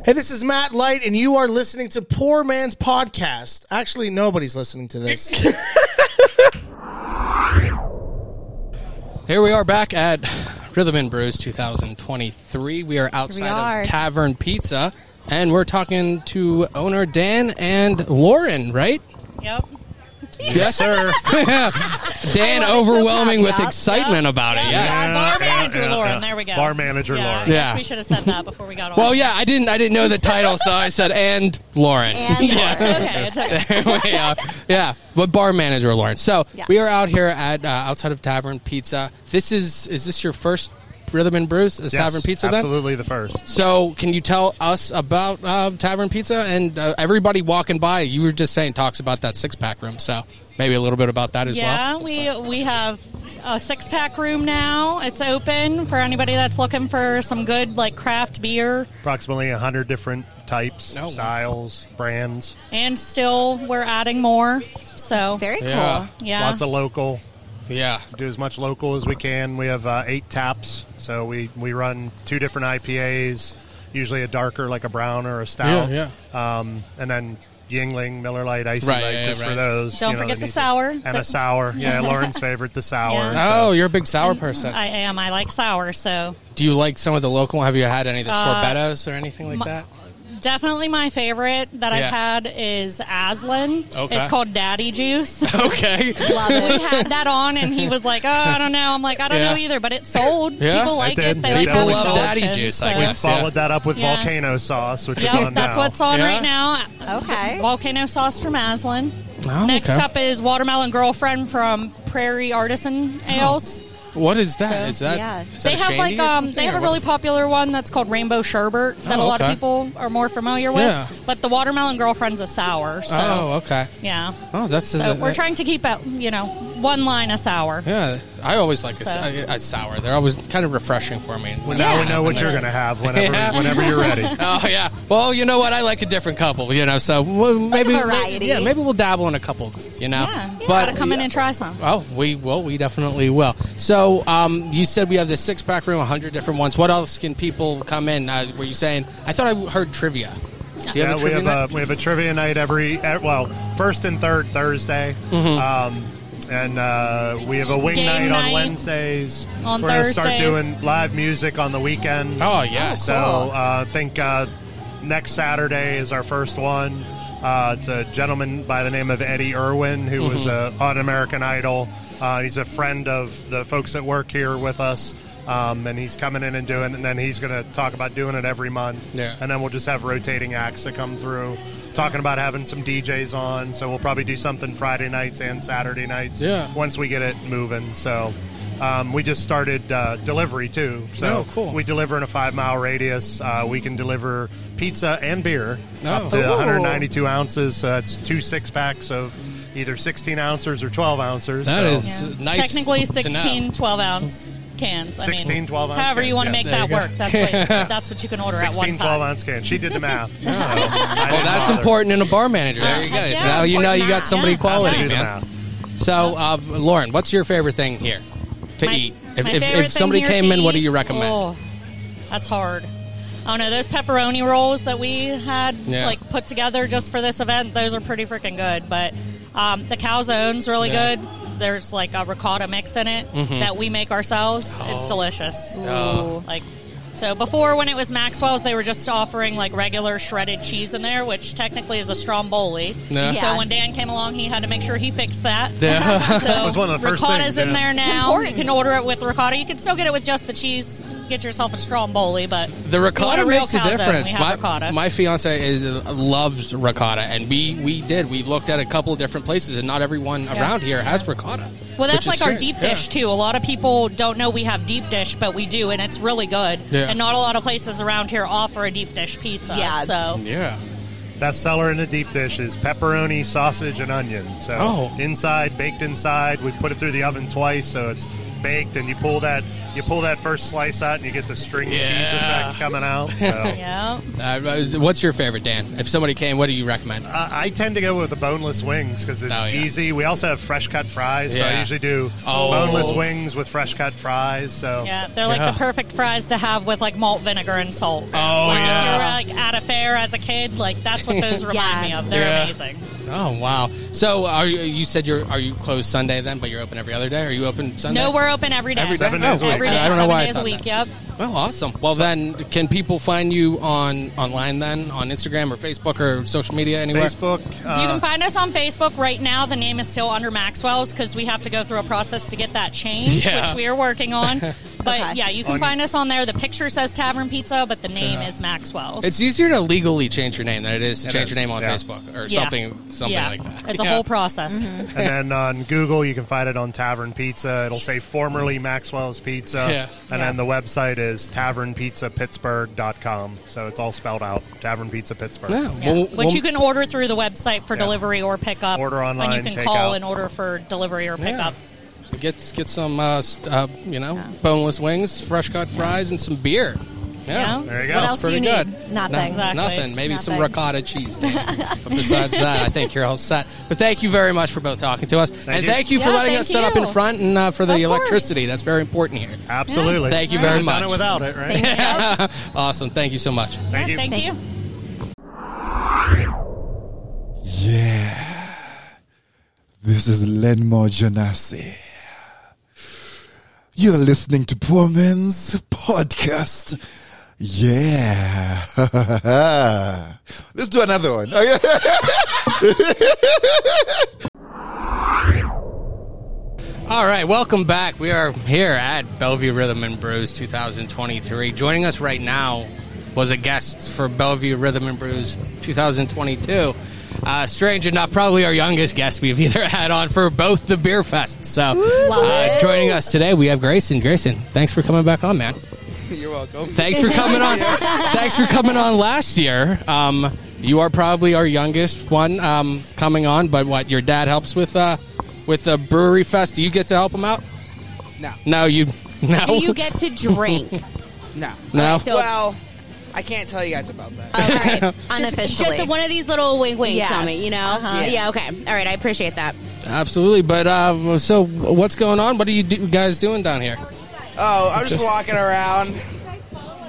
Speaker 8: Hey, this is Matt Light, and you are listening to Poor Man's Podcast. Actually, nobody's listening to this.
Speaker 1: Here we are back at Rhythm and Brews 2023. We are outside
Speaker 3: are.
Speaker 1: of Tavern Pizza, and we're talking to owner Dan and Lauren, right?
Speaker 9: Yep.
Speaker 1: Yes,
Speaker 9: *laughs*
Speaker 1: sir. *laughs*
Speaker 3: I love
Speaker 1: Dan
Speaker 3: it so
Speaker 1: overwhelming
Speaker 3: proud,
Speaker 1: with
Speaker 3: yeah.
Speaker 1: excitement about it. Yes.
Speaker 9: Yeah,
Speaker 5: Yeah,
Speaker 9: bar
Speaker 5: yeah,
Speaker 9: manager
Speaker 5: yeah,
Speaker 9: Lauren.
Speaker 5: yeah.
Speaker 9: There we go.
Speaker 5: Bar manager
Speaker 9: yeah,
Speaker 5: Lauren.
Speaker 9: I guess
Speaker 1: Yeah.
Speaker 9: we should have said that before
Speaker 1: *laughs*
Speaker 9: we got on.
Speaker 1: Well, yeah, I didn't. I didn't know the title, so I said, "And Lauren."
Speaker 3: And
Speaker 9: It's okay. It's okay.
Speaker 1: *laughs* There we are. Yeah, but bar manager Lauren. So
Speaker 3: Yeah.
Speaker 1: we are out here at uh, outside of Tavern Pizza. This is is this your first Rhythm and Brews? Is
Speaker 5: Yes,
Speaker 1: Tavern Pizza then?
Speaker 5: Absolutely the first.
Speaker 1: So, can you tell us about uh, Tavern Pizza and uh, everybody walking by? You were just saying talks about that six pack room, so maybe a little bit about that as
Speaker 9: Yeah,
Speaker 1: well.
Speaker 9: we we have a six pack room now. It's open for anybody that's looking for some good like craft beer,
Speaker 10: approximately 100 different types,
Speaker 1: No.
Speaker 10: styles, brands.
Speaker 9: and still we're adding more. So
Speaker 3: Very cool.
Speaker 1: Yeah.
Speaker 9: yeah,
Speaker 10: Lots of local.
Speaker 1: yeah,
Speaker 10: Do as much local as we can. We have uh, eight taps, so we, we run two different IPAs, usually a darker like a brown or a stout,
Speaker 1: Yeah,
Speaker 10: yeah. Um, and then Yingling, Miller Lite, Icy
Speaker 1: Right,
Speaker 10: Light,
Speaker 1: yeah,
Speaker 10: just
Speaker 1: right.
Speaker 10: for those.
Speaker 9: Don't
Speaker 10: you know,
Speaker 9: forget
Speaker 10: that
Speaker 9: the
Speaker 10: need-
Speaker 9: sour.
Speaker 10: and
Speaker 9: The-
Speaker 10: a
Speaker 9: *laughs*
Speaker 10: sour. Yeah, Lauren's favorite, the sour.
Speaker 9: Yeah.
Speaker 1: Oh, you're a big sour person.
Speaker 9: I am. I like sour, so
Speaker 1: Do you like some of the local? Have you had any of the
Speaker 9: Uh,
Speaker 1: sorbettos or anything like
Speaker 9: my-
Speaker 1: that? *laughs*
Speaker 9: Definitely my favorite that
Speaker 1: Yeah.
Speaker 9: I've had is Aslan.
Speaker 1: Okay.
Speaker 9: It's called
Speaker 1: *laughs*
Speaker 9: Daddy Juice. *laughs*
Speaker 1: Okay.
Speaker 9: Love it. We had that on, and he was like, "Oh, I don't know." I'm like, "I don't
Speaker 10: Yeah.
Speaker 9: know either," but it sold.
Speaker 10: Yeah,
Speaker 9: People
Speaker 10: it
Speaker 9: like it.
Speaker 10: did.
Speaker 9: They
Speaker 10: It
Speaker 9: like
Speaker 10: definitely
Speaker 9: all the
Speaker 10: sold. Daddy
Speaker 9: options,
Speaker 10: juice,
Speaker 9: so-
Speaker 10: We followed that up with
Speaker 9: Yeah.
Speaker 10: volcano sauce, which
Speaker 9: Yep,
Speaker 10: is on
Speaker 9: that's
Speaker 10: now.
Speaker 9: what's on
Speaker 10: Yeah.
Speaker 9: right now. Okay. Volcano sauce from Aslan.
Speaker 1: Oh,
Speaker 9: Next
Speaker 1: okay.
Speaker 9: up is Watermelon Girlfriend from Prairie Artisan Ales.
Speaker 1: What is Oh. that?
Speaker 9: So,
Speaker 1: Is that?
Speaker 9: yeah.
Speaker 1: is that
Speaker 9: they
Speaker 1: a
Speaker 9: have
Speaker 1: shandy
Speaker 9: like
Speaker 1: or
Speaker 9: um
Speaker 1: something,
Speaker 9: they have
Speaker 1: or
Speaker 9: a
Speaker 1: what-
Speaker 9: really popular one that's called Rainbow Sherbet that
Speaker 1: Oh,
Speaker 9: a lot
Speaker 1: okay.
Speaker 9: of people are more familiar with.
Speaker 1: Yeah.
Speaker 9: But the Watermelon Girlfriend's a sour. So,
Speaker 1: Oh, okay.
Speaker 9: Yeah.
Speaker 1: Oh, that's
Speaker 9: So
Speaker 1: the-
Speaker 9: we're trying to keep out you know one line of sour.
Speaker 1: Yeah, I always like a,
Speaker 9: So-
Speaker 1: a- a sour. They're always kind of refreshing for me.
Speaker 9: Well, now we
Speaker 1: Yeah.
Speaker 9: know what
Speaker 1: When
Speaker 9: you're
Speaker 1: I-
Speaker 9: gonna have
Speaker 10: whenever- whenever you're ready.
Speaker 1: *laughs* oh yeah. Well, you know what? I like a different couple. You know, so well, maybe
Speaker 9: variety.
Speaker 1: yeah, maybe we'll dabble in a couple. You know,
Speaker 9: Yeah. You
Speaker 1: but
Speaker 9: gotta come in and try some.
Speaker 1: Oh, we well, we definitely will. So, um, you said we have this six pack room, hundred different ones. What else can people come in? Uh, were you saying? I thought I heard trivia. Do you
Speaker 10: yeah,
Speaker 1: have a
Speaker 10: we
Speaker 1: trivia
Speaker 10: have
Speaker 1: night?
Speaker 10: a we have a trivia night every e- well first and third Thursday,
Speaker 1: Mm-hmm.
Speaker 10: um, and uh, we have a wing
Speaker 9: Game
Speaker 10: night, on
Speaker 9: night.
Speaker 10: Wednesdays.
Speaker 9: On
Speaker 10: We're gonna start
Speaker 9: Thursdays.
Speaker 10: doing live music on the weekends.
Speaker 1: Oh, yeah. Oh,
Speaker 10: so
Speaker 1: cool.
Speaker 10: uh, I think uh, next Saturday is our first one. Uh, it's a gentleman by the name of Eddie Irwin who was
Speaker 1: Mhm.
Speaker 10: a, on uh, American Idol. Uh, he's a friend of the folks that work here with us. Um, and he's coming in and doing, and then he's going to talk about doing it every month.
Speaker 1: Yeah.
Speaker 10: And then we'll just have rotating acts that come through, talking about having some DJs on. So we'll probably do something Friday nights and Saturday nights.
Speaker 1: Yeah.
Speaker 10: Once we get it moving. So um, we just started uh, delivery too. So
Speaker 1: Oh, cool.
Speaker 10: We deliver in a five mile radius. Uh, we can deliver pizza and beer up to
Speaker 1: Oh. Ooh.
Speaker 10: 192 ounces. So that's two six packs of either 16 ounces or 12 ounces.
Speaker 1: That
Speaker 10: so.
Speaker 1: is, uh, nice
Speaker 9: Technically
Speaker 1: to know.
Speaker 9: 16 12 ounce cans. I mean,
Speaker 10: 16 12 ounce
Speaker 9: However
Speaker 10: cans,
Speaker 9: you want to
Speaker 10: yeah.
Speaker 9: make
Speaker 10: There you
Speaker 9: that
Speaker 10: go.
Speaker 9: work. That's
Speaker 10: *laughs*
Speaker 9: what that's what you can order at
Speaker 10: 16
Speaker 9: one
Speaker 10: 12
Speaker 9: time.
Speaker 10: ounce can. She
Speaker 9: *laughs*
Speaker 10: did the math.
Speaker 1: Well, Oh, that's important in a bar manager. There you go.
Speaker 10: Yeah.
Speaker 1: now you know you got somebody
Speaker 10: Yeah.
Speaker 1: quality,
Speaker 10: Has to do the
Speaker 1: man. So, uh, Lauren, what's your favorite thing here to
Speaker 9: My-
Speaker 1: eat? If,
Speaker 9: my
Speaker 1: if,
Speaker 9: favorite
Speaker 1: if
Speaker 9: thing
Speaker 1: somebody
Speaker 9: here
Speaker 1: came
Speaker 9: to
Speaker 1: in, what do
Speaker 9: eat-
Speaker 1: you recommend?
Speaker 9: Oh, that's hard. Oh no, those pepperoni rolls that we had
Speaker 1: Yeah.
Speaker 9: like put together just for this event, those are pretty freaking good. But um, the calzone's really
Speaker 1: Yeah.
Speaker 9: good. There's like a ricotta mix in it
Speaker 1: Mhm.
Speaker 9: that we make ourselves. It's
Speaker 1: Oh.
Speaker 9: delicious.
Speaker 1: Oh.
Speaker 9: Like so before when it was Maxwell's, they were just offering like regular shredded cheese in there, which technically is a stromboli.
Speaker 1: Yeah.
Speaker 9: So
Speaker 1: Yeah.
Speaker 9: when Dan came along, he had to make sure he fixed that.
Speaker 1: Yeah.
Speaker 9: *laughs* so
Speaker 1: That was one of the first
Speaker 9: ricotta's
Speaker 1: things,
Speaker 9: in
Speaker 1: yeah.
Speaker 9: there
Speaker 1: It's
Speaker 9: now.
Speaker 1: important.
Speaker 9: You can order it with ricotta. You can still get it with just the cheese. Get yourself a stromboli, but
Speaker 1: The ricotta
Speaker 9: if you want a
Speaker 1: makes a
Speaker 9: real calzone,
Speaker 1: difference.
Speaker 9: We have
Speaker 1: My,
Speaker 9: ricotta.
Speaker 1: my fiance is loves ricotta, and we we did. We looked at a couple of different places, and not everyone
Speaker 9: Yeah.
Speaker 1: around here has ricotta.
Speaker 9: well,
Speaker 1: which
Speaker 9: that's
Speaker 1: is
Speaker 9: like our
Speaker 1: strange.
Speaker 9: deep
Speaker 1: Yeah.
Speaker 9: dish too. A lot of people don't know we have deep dish, but we do, and it's really good.
Speaker 10: Yeah.
Speaker 9: And not a lot of places around here offer a deep dish pizza.
Speaker 10: Yeah.
Speaker 9: So
Speaker 1: Yeah.
Speaker 10: Best seller in the deep dish is pepperoni, sausage, and onion. So
Speaker 1: Oh.
Speaker 10: inside, baked inside. We put it through the oven twice, so it's baked, and you pull that you pull that first slice out, and you get the string cheese
Speaker 1: Yeah.
Speaker 10: effect coming out. So.
Speaker 9: *laughs* yeah.
Speaker 1: *laughs* Uh, uh, what's your favorite, Dan? If somebody came, what do you recommend?
Speaker 10: Uh, I tend to go with the boneless wings because it's
Speaker 1: Oh, yeah.
Speaker 10: easy. We also have fresh cut fries, so
Speaker 1: Yeah.
Speaker 10: I usually do
Speaker 1: Oh.
Speaker 10: boneless wings with fresh cut fries. So
Speaker 9: Yeah, they're like the perfect fries to have with like malt vinegar and salt.
Speaker 10: Oh,
Speaker 9: like,
Speaker 10: yeah.
Speaker 9: If you're like at a fair as a kid, like that's what those remind me of. They're
Speaker 1: Yeah.
Speaker 9: amazing.
Speaker 1: Oh wow! So are you, you said you're are you closed Sunday then, but you're open every other day? Are you open Sunday?
Speaker 9: No, we're open every day.
Speaker 1: Every day?
Speaker 9: Every
Speaker 1: Oh, okay.
Speaker 9: day,
Speaker 1: I don't know
Speaker 9: seven
Speaker 1: why I
Speaker 9: days a
Speaker 1: thought
Speaker 9: week.
Speaker 1: that.
Speaker 9: Yep.
Speaker 1: Oh, awesome. Well, then, can people find you on online then on Instagram or Facebook or social media anywhere?
Speaker 10: Facebook.
Speaker 9: you
Speaker 1: Uh,
Speaker 9: can find us on Facebook right now. The name is still under Maxwell's because we have to go through a process to get that changed,
Speaker 1: Yeah.
Speaker 9: which we are
Speaker 1: *laughs*
Speaker 9: working on. But yeah, you can
Speaker 1: On-
Speaker 9: find us on there. The picture says Tavern Pizza, but the name
Speaker 1: Yeah.
Speaker 9: is Maxwell's.
Speaker 1: It's easier to legally change your name than it is to
Speaker 10: It
Speaker 1: change
Speaker 10: is,
Speaker 1: your name on
Speaker 10: yeah.
Speaker 1: Facebook or
Speaker 9: Yeah.
Speaker 1: something something
Speaker 9: Yeah.
Speaker 1: like that.
Speaker 9: It's a
Speaker 1: Yeah.
Speaker 9: whole process.
Speaker 10: and then on Google, you can find it on Tavern Pizza. It'll say formerly Maxwell's Pizza.
Speaker 1: Yeah.
Speaker 10: And
Speaker 1: Yeah.
Speaker 10: then the website is tavernpizzapittsburgh.com. So it's all spelled out Tavern Pizza Pittsburgh.
Speaker 1: Yeah.
Speaker 9: Yeah. Which you can order through the website for
Speaker 10: Yeah.
Speaker 9: delivery or pickup.
Speaker 10: Order online,
Speaker 9: And you can
Speaker 10: take
Speaker 9: call
Speaker 10: out.
Speaker 9: and order for delivery or pickup.
Speaker 1: Get get some uh, st- uh, you know boneless wings, fresh cut fries, and some beer. Yeah,
Speaker 9: Yeah. There you go. What
Speaker 1: That's
Speaker 9: else do
Speaker 1: pretty
Speaker 9: you
Speaker 1: good.
Speaker 9: need? Nothing. Exactly.
Speaker 1: Nothing. Maybe some
Speaker 9: Nothing.
Speaker 1: ricotta
Speaker 9: *laughs*
Speaker 1: cheese. Dan. but besides that, I think you're all set. But thank you very much for both talking to us, and
Speaker 10: you.
Speaker 1: thank you for
Speaker 10: Yeah,
Speaker 1: letting
Speaker 10: thank
Speaker 1: us set up in
Speaker 10: you.
Speaker 1: front and uh, for the
Speaker 10: Of course.
Speaker 1: electricity. That's very important here.
Speaker 10: Absolutely.
Speaker 1: Thank you
Speaker 10: Couldn't
Speaker 1: very
Speaker 10: have done
Speaker 1: much.
Speaker 10: it without it,
Speaker 1: *laughs*
Speaker 10: right?
Speaker 1: awesome. Thank you so much.
Speaker 10: Thank you.
Speaker 9: Thank you.
Speaker 11: Yeah. This is Lenmore Janassi. You're listening to Poor Men's Podcast. Yeah. *laughs* Let's do another one. Oh, *laughs*
Speaker 1: All right, welcome back. We are here at Bellevue Rhythm and Brews 2023. Joining us right now was a guest for Bellevue Rhythm and Brews 2022. Uh, strange enough, probably our youngest guest we've *laughs* either had on for both the beer fests. So, uh,
Speaker 12: it.
Speaker 1: joining us today, we have Grayson. Grayson, thanks for coming back on, man.
Speaker 12: *laughs* You're welcome.
Speaker 1: Thanks for coming
Speaker 2: *laughs*
Speaker 1: on. Thanks for coming on last year. Um, you are probably our youngest one um, coming on, but what your dad helps with uh, with the brewery fest. Do you get to help him out?
Speaker 12: No.
Speaker 1: No, you no.
Speaker 2: Do you get to drink?
Speaker 7: *laughs*
Speaker 12: No.
Speaker 1: *laughs* No.
Speaker 12: well, I can't tell you guys about that.
Speaker 2: Just, just one of these little wink winks
Speaker 12: Yes.
Speaker 2: on me, you know?
Speaker 12: Uh-huh.
Speaker 2: Yeah, okay. All right, I appreciate that.
Speaker 1: Absolutely. But uh, so, what's going on? What are you do- guys doing down here?
Speaker 12: Oh, I'm just,
Speaker 1: Just-
Speaker 12: walking around,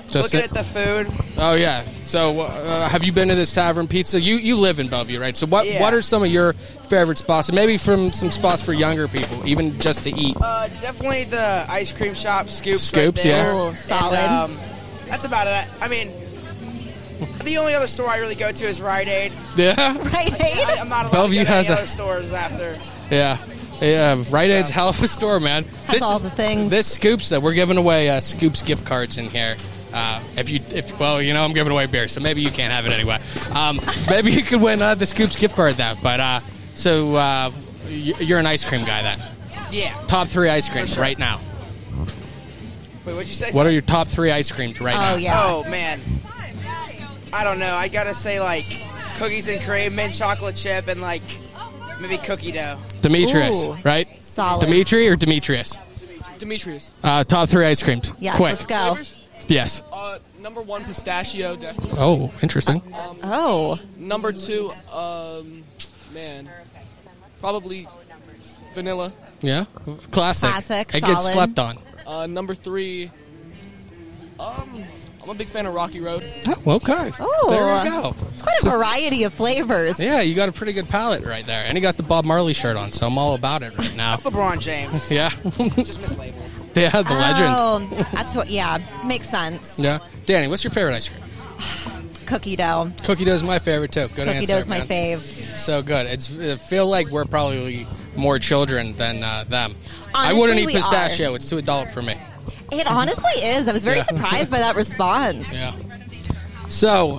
Speaker 1: Just
Speaker 12: looking
Speaker 1: it-
Speaker 12: at the food.
Speaker 1: Oh yeah. So, uh, have you been to this tavern pizza? You you live in Bellevue, right? So, what
Speaker 12: Yeah.
Speaker 1: what are some of your favorite spots? And maybe from some spots for younger people, even just to
Speaker 12: *laughs*
Speaker 1: eat.
Speaker 12: Uh, definitely the ice cream shop scoops.
Speaker 1: Scoops,
Speaker 12: right there.
Speaker 1: yeah. Ooh,
Speaker 12: And,
Speaker 1: solid.
Speaker 12: um, that's about it. I mean, the only other store I really go to is
Speaker 1: *laughs*
Speaker 12: Rite Aid.
Speaker 1: Yeah.
Speaker 12: Rite Aid. I, am not allowed
Speaker 1: Bellevue
Speaker 12: to go to
Speaker 1: has
Speaker 12: any
Speaker 1: a-
Speaker 12: other stores after.
Speaker 1: Yeah. Yeah, Rite Aid's hell of a store, man.
Speaker 12: Has all the things.
Speaker 1: This scoops that we're giving away uh, scoops gift cards in here. Uh, if you, if well, you know, I'm giving away beer, so maybe you can't have it anyway.
Speaker 12: *laughs*
Speaker 1: Um, maybe you could win uh, the scoops gift card though. But uh, so uh, y- you're an ice cream guy then.
Speaker 12: Yeah.
Speaker 1: Top three ice creams
Speaker 12: For sure.
Speaker 1: right now.
Speaker 12: Wait, what'd you say?
Speaker 1: What are your top three ice creams right now?
Speaker 12: Oh man. I don't know. I gotta say like cookies and cream, mint chocolate chip, and like maybe cookie dough.
Speaker 1: Demetrius,
Speaker 12: Ooh.
Speaker 1: right?
Speaker 12: Solid.
Speaker 1: Dimitri or Demetrius?
Speaker 13: Demetrius.
Speaker 1: Uh, top three ice creams.
Speaker 13: Yeah,
Speaker 1: Quick.
Speaker 13: let's go.
Speaker 1: Yes.
Speaker 13: Uh, number one, pistachio, definitely.
Speaker 1: Oh, interesting.
Speaker 13: oh. Number two, um, man, probably vanilla.
Speaker 1: Yeah. Classic.
Speaker 13: Classic,
Speaker 1: It gets
Speaker 13: solid.
Speaker 1: slept on.
Speaker 13: Uh, number three, um, I'm a big fan of Rocky Road.
Speaker 1: Oh, okay.
Speaker 13: Oh.
Speaker 1: There we go.
Speaker 3: It's quite a variety of flavors.
Speaker 1: Yeah, you got a pretty good palette right there. And he got the Bob Marley shirt on, so I'm all about it right now. *laughs*
Speaker 12: LeBron James.
Speaker 1: yeah. *laughs*
Speaker 12: Just mislabeled.
Speaker 1: Yeah, the legend.
Speaker 3: Oh, that's what. Yeah, makes sense.
Speaker 1: Yeah. Danny, what's your favorite ice cream?
Speaker 3: Cookie dough.
Speaker 1: Cookie dough's my favorite too. Good
Speaker 3: Cookie
Speaker 1: answer,
Speaker 3: dough's my
Speaker 1: man.
Speaker 3: fave.
Speaker 1: So good. It's I feel like we're probably more children than uh, them. I
Speaker 3: Honestly,
Speaker 1: wouldn't eat
Speaker 3: we are.
Speaker 1: pistachio. It's too adult for me.
Speaker 3: It honestly is. I was very
Speaker 1: Yeah.
Speaker 3: surprised by that response.
Speaker 1: Yeah. So,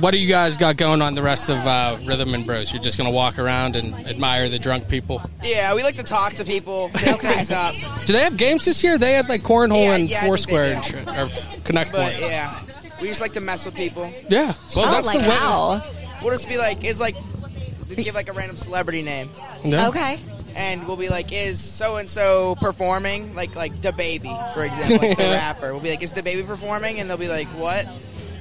Speaker 1: what do you guys got going on the rest of uh, Rhythm and Bros? You're just gonna walk around and admire the drunk people.
Speaker 12: Yeah, we like to talk to people, make things up.
Speaker 1: Do they have games this year? They had like cornhole
Speaker 12: Yeah,
Speaker 1: and
Speaker 12: yeah, I think
Speaker 1: foursquare
Speaker 12: they
Speaker 1: and
Speaker 12: do.
Speaker 1: shit, or f- connect four.
Speaker 12: But yeah, we just like to mess with people.
Speaker 1: Yeah. Well, that's the way.
Speaker 12: We'll just be like, is like, we give like a random celebrity name.
Speaker 1: Yeah.
Speaker 3: Okay.
Speaker 12: And we'll be like, is so and so performing? Like, like the baby,
Speaker 1: *laughs*
Speaker 12: for example, like the rapper. We'll be like, is the baby performing? And they'll be like, what?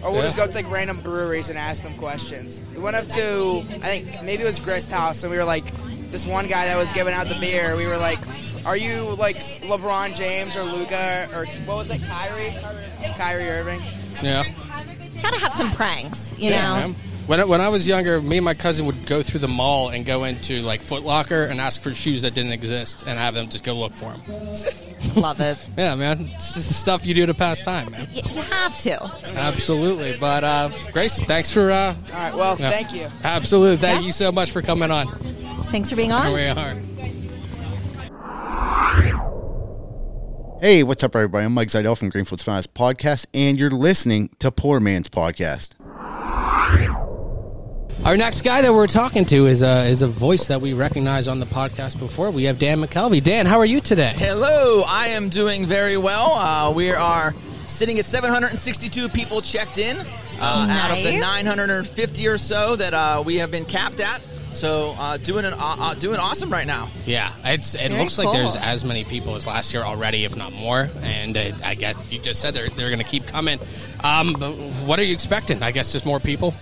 Speaker 12: Or we'll just
Speaker 1: Yeah.
Speaker 12: go up to like random breweries and ask them questions. We went up to, I think maybe it was Grist House, and we were like, this one guy that was giving out the beer. We were like, are you like LeBron James or Luca or what was that? Kyrie, Kyrie Irving.
Speaker 1: Yeah.
Speaker 3: Gotta have some pranks, you know.
Speaker 1: man. *laughs* When I, when I was younger, me and my cousin would go through the mall and go into like Foot Locker and ask for shoes that didn't exist and have them just go look for them.
Speaker 3: Love it.
Speaker 1: Yeah, man. It's just the stuff you do to pass time, man.
Speaker 3: You, you have to.
Speaker 1: Absolutely. But uh, Grayson, thanks for. Uh, All
Speaker 12: right. Well, thank you.
Speaker 1: Absolutely. Thank you so much for coming on.
Speaker 3: Thanks for being on.
Speaker 1: Here we are.
Speaker 14: Hey, what's up, everybody? I'm Mike Zidell from Greenfield's Finest Podcast, and you're listening to Poor Man's Podcast.
Speaker 1: Our next guy that we're talking to is a is a voice that we recognize on the podcast before. We have Dan McKelvey. Dan, how are you today?
Speaker 15: Hello, I am doing very well. Uh, we are sitting at 762 people checked in uh, out of the
Speaker 16: Nice.
Speaker 15: 950 or so that uh, we have been capped at. So uh, doing an, uh, uh, doing awesome right now.
Speaker 1: Yeah, it's it
Speaker 15: Very
Speaker 1: looks like there's
Speaker 15: cool.
Speaker 1: as many people as last year already, if not more. And uh, I guess you just said they're they're going to keep coming. Um, but what are you expecting? I guess just more people.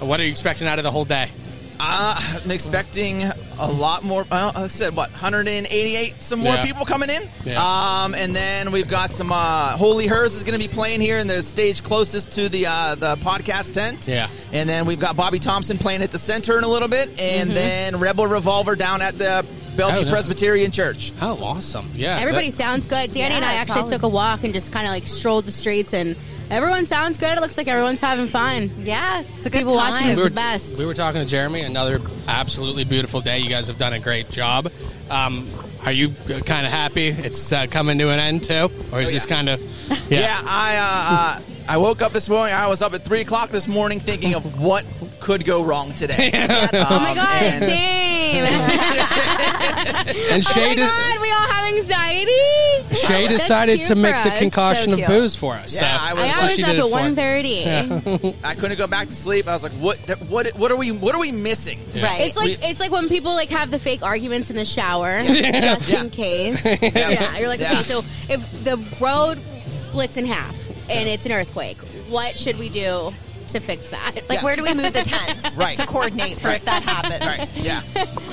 Speaker 1: What are you expecting out of the whole day?
Speaker 15: Uh, I'm expecting a lot more. uh, I said what 188, some more
Speaker 12: Yeah.
Speaker 15: people coming in.
Speaker 12: Yeah.
Speaker 15: Um, and then we've got some uh, Holy Hers is going to be playing here in the stage closest to the uh, the podcast tent.
Speaker 1: Yeah.
Speaker 15: And then we've got Bobby Thompson playing at the center in a little bit, and
Speaker 1: Mhm.
Speaker 15: then Rebel Revolver down at the Bellevue
Speaker 1: Oh, no.
Speaker 15: Presbyterian Church.
Speaker 1: Oh, awesome! Yeah,
Speaker 2: Everybody sounds good. Danny and I
Speaker 3: Yeah,
Speaker 2: actually
Speaker 3: solid.
Speaker 2: took a walk and just kind of like strolled the streets, and everyone sounds good. It looks like everyone's having fun.
Speaker 3: Yeah, it's a good
Speaker 2: People watching Oh is
Speaker 1: we were,
Speaker 2: the best.
Speaker 1: We were talking to Jeremy. Another absolutely beautiful day. You guys have done a great job. Um, are you kind of happy it's uh, coming to an end too, or is this kind
Speaker 15: *laughs*
Speaker 1: of
Speaker 15: Oh, Yeah, I uh, uh, I woke up this morning. I was up at three o'clock this morning thinking of what could go
Speaker 1: *laughs*
Speaker 15: wrong today. oh my god!
Speaker 1: and shade is,
Speaker 2: Oh God, we all have anxiety.
Speaker 1: Shay
Speaker 2: That's
Speaker 1: decided
Speaker 2: cute
Speaker 1: to mix
Speaker 2: for
Speaker 1: a
Speaker 2: us.
Speaker 1: concussion
Speaker 2: So
Speaker 1: of
Speaker 2: cute.
Speaker 1: booze for us.
Speaker 15: Yeah,
Speaker 1: so
Speaker 15: I
Speaker 2: I
Speaker 15: was-
Speaker 1: that's what
Speaker 2: was
Speaker 1: she
Speaker 2: up
Speaker 1: did it
Speaker 2: at
Speaker 1: for.
Speaker 2: one thirty.
Speaker 15: *laughs*
Speaker 1: *laughs*
Speaker 15: I couldn't go back to sleep. I was like, what? What? What are we? What are we missing?
Speaker 2: Right. It's like
Speaker 15: We-
Speaker 2: it's like when people like have the fake arguments in the shower
Speaker 15: *laughs*
Speaker 2: just
Speaker 15: Yeah.
Speaker 2: in case. Yeah. You're like,
Speaker 15: Yeah.
Speaker 2: okay, so if the road splits in half and it's an earthquake, what should we do to fix that?
Speaker 3: Like, where do we move the tents
Speaker 15: *laughs* Right.
Speaker 3: to coordinate *laughs* for if that
Speaker 1: *laughs*
Speaker 3: happens?
Speaker 15: yeah,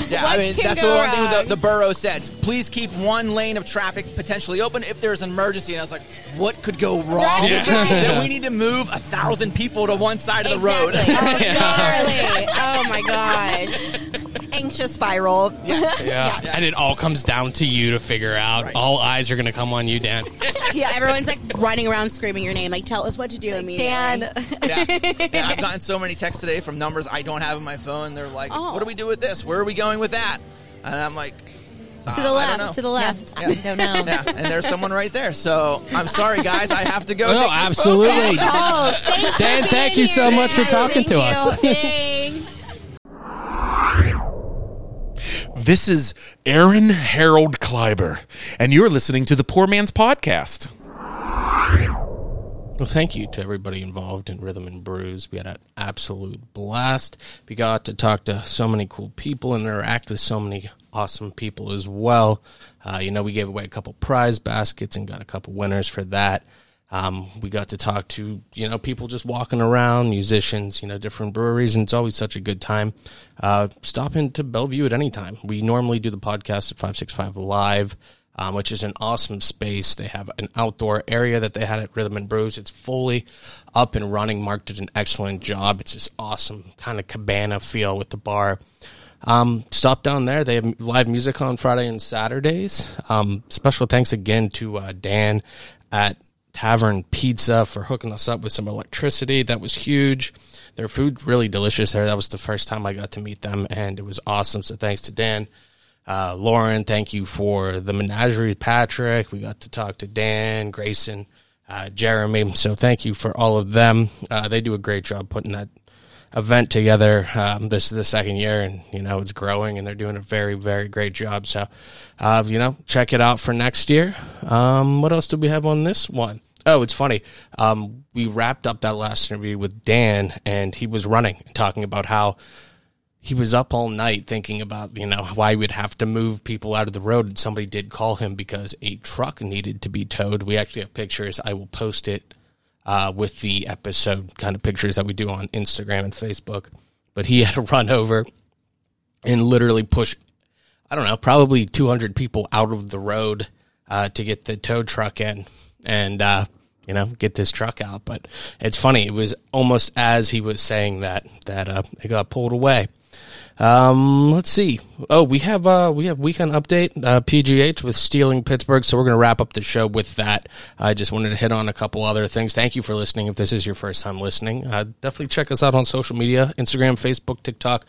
Speaker 15: yeah.
Speaker 3: What
Speaker 15: I mean,
Speaker 3: can
Speaker 15: that's the
Speaker 3: go
Speaker 15: one thing the, the borough said. Please keep one lane of traffic potentially open if there's an emergency. And I was like, what could go wrong?
Speaker 12: Right, Yeah. right.
Speaker 15: Then we need to move a thousand people to one side of the road. *laughs*
Speaker 2: oh my gosh.
Speaker 3: Anxious spiral. *laughs*
Speaker 1: Yeah. and it all comes down to you to figure out. All eyes are going to come on you, Dan.
Speaker 2: yeah, everyone's like running around screaming your name, like tell us what to do immediately.
Speaker 3: *laughs*
Speaker 15: *laughs* yeah. Yeah,
Speaker 2: *laughs*
Speaker 15: I've gotten so many texts today from numbers I don't have in my phone. They're like, what do we do with this? Where are we going with that? And I'm like,
Speaker 2: Oh. To
Speaker 15: "Uh,
Speaker 2: the
Speaker 15: I don't
Speaker 2: left,
Speaker 15: know."
Speaker 2: to the left. I don't know.
Speaker 15: Yeah, and there's someone right there. So I'm sorry, guys. I have
Speaker 2: *laughs*
Speaker 15: to go.
Speaker 1: No,
Speaker 15: take this
Speaker 1: Oh, absolutely.
Speaker 15: phone call.
Speaker 1: Dan, thank you so much for talking to us. *laughs*
Speaker 4: This is Aaron Harold Kleiber, and you're listening to the Poor Man's Podcast.
Speaker 1: Well, thank you to everybody involved in Rhythm and Brews. We had an absolute blast. We got to talk to so many cool people and interact with so many awesome people as well. Uh, you know, we gave away a couple prize baskets and got a couple winners for that. Um, we got to talk to you know people just walking around, musicians, you know, different breweries, and it's always such a good time. Uh, stop into Bellevue at any time. We normally do the podcast at five six five live um, which is an awesome space. They have an outdoor area that they had at Rhythm and Brews. It's fully up and running. Mark did an excellent job. It's this awesome kind of cabana feel with the bar. Um, stop down there. They have live music on Friday and Saturdays. Um, special thanks again to uh, Dan at Tavern Pizza for hooking us up with some electricity. That was huge. Their food really delicious there. That was the first time I got to meet them, and it was awesome. So thanks to Dan. Uh, Lauren, thank you for the menagerie, Patrick. We got to talk to Dan, Grayson, uh, Jeremy. So thank you for all of them. Uh, they do a great job putting that event together. Um, this is the second year, and you know it's growing, and they're doing a very, very great job. So, uh, you know, check it out for next year. Um, what else did we have on this one? Oh, it's funny. Um, we wrapped up that last interview with Dan, and he was running, and talking about how he was up all night thinking about you know why we'd have to move people out of the road and somebody did call him because a truck needed to be towed we actually have pictures i will post it uh, with the episode kind of pictures that we do on instagram and facebook but he had to run over and literally push i don't know probably 200 people out of the road uh, to get the tow truck in and uh, you know get this truck out but it's funny it was almost as he was saying that that uh, it got pulled away um, let's see. Oh, we have uh, we have weekend update uh, PGH with stealing Pittsburgh, so we're going to wrap up the show with that. I just wanted to hit on a couple other things. Thank you for listening. If this is your first time listening, uh, definitely check us out on social media: Instagram, Facebook, TikTok,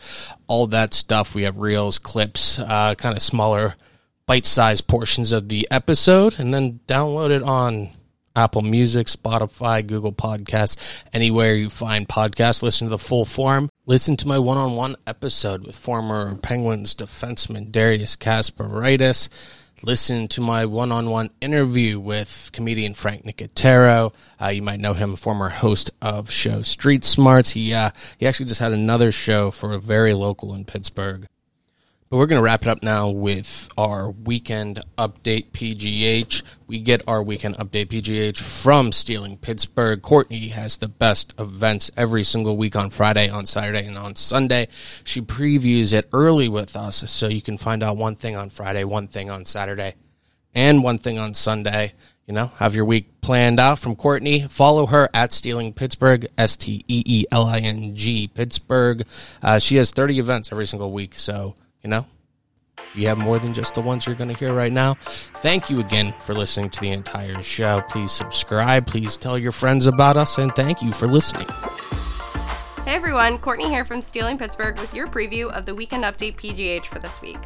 Speaker 1: all that stuff. We have reels, clips, uh, kind of smaller, bite-sized portions of the episode, and then download it on Apple Music, Spotify, Google Podcasts, anywhere you find podcasts. Listen to the full form. Listen to my one on one episode with former Penguins defenseman Darius Kasparaitis. Listen to my one on one interview with comedian Frank Nicotero. Uh, you might know him, former host of show Street Smarts. He, uh, he actually just had another show for a very local in Pittsburgh But we're going to wrap it up now with our weekend update PGH. We get our weekend update PGH from Stealing Pittsburgh. Courtney has the best events every single week on Friday, on Saturday, and on Sunday. She previews it early with us so you can find out one thing on Friday, one thing on Saturday, and one thing on Sunday. You know, have your week planned out from Courtney. Follow her at Stealing Pittsburgh, S T E E L I N G Pittsburgh. Uh, she has 30 events every single week. So, you know, you have more than just the ones you're going to hear right now. Thank you again for listening to the entire show. Please subscribe. Please tell your friends about us. And thank you for listening.
Speaker 16: Hey everyone, Courtney here from Stealing Pittsburgh with your preview of the Weekend Update PGH for this week.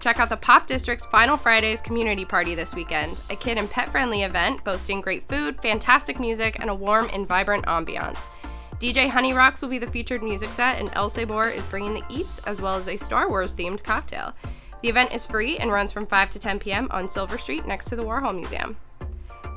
Speaker 16: Check out the Pop District's Final Fridays community party this weekend, a kid and pet friendly event boasting great food, fantastic music, and a warm and vibrant ambiance. DJ Honey Rocks will be the featured music set, and El Sabor is bringing the eats as well as a Star Wars themed cocktail. The event is free and runs from 5 to 10 p.m. on Silver Street next to the Warhol Museum.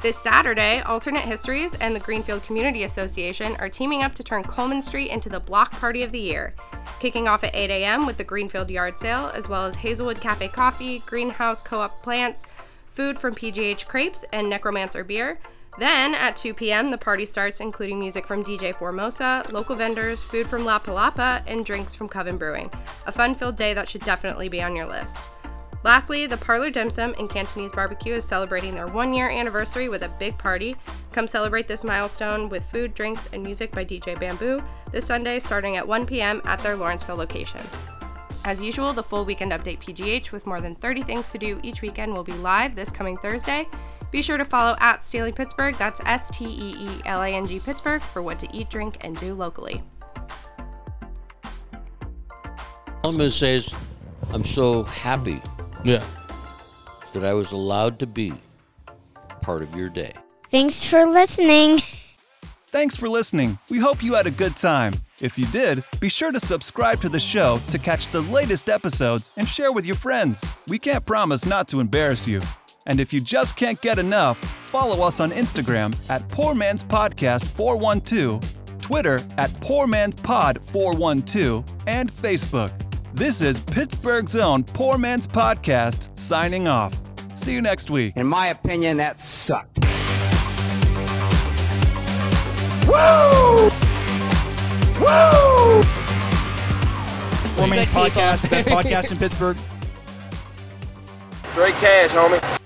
Speaker 16: This Saturday, Alternate Histories and the Greenfield Community Association are teaming up to turn Coleman Street into the block party of the year, kicking off at 8 a.m. with the Greenfield Yard Sale, as well as Hazelwood Cafe Coffee, Greenhouse Co op plants, food from PGH Crepes, and Necromancer Beer. Then at 2 p.m., the party starts, including music from DJ Formosa, local vendors, food from La Palapa, and drinks from Coven Brewing. A fun filled day that should definitely be on your list. Lastly, the Parlor Dim Sum and Cantonese Barbecue is celebrating their one year anniversary with a big party. Come celebrate this milestone with food, drinks, and music by DJ Bamboo this Sunday starting at 1 p.m. at their Lawrenceville location. As usual, the full weekend update PGH with more than 30 things to do each weekend will be live this coming Thursday. Be sure to follow at Stealing Pittsburgh, that's S T E E L A N G Pittsburgh, for what to eat, drink, and do locally.
Speaker 17: All I'm going to say is, I'm so happy.
Speaker 1: Yeah.
Speaker 17: That I was allowed to be part of your day.
Speaker 18: Thanks for listening. Thanks for listening. We hope you had a good time. If you did, be sure to subscribe to the show to catch the latest episodes and share with your friends. We can't promise not to embarrass you. And if you just can't get enough, follow us on Instagram at Poor Man's Podcast 412, Twitter at Poor Man's Pod 412, and Facebook. This is Pittsburgh's own Poor Man's Podcast signing off. See you next week. In my opinion, that sucked.
Speaker 19: Woo! Woo! Poor
Speaker 20: Good
Speaker 19: Man's
Speaker 20: people.
Speaker 19: Podcast, the best podcast in Pittsburgh.
Speaker 21: Straight cash, homie.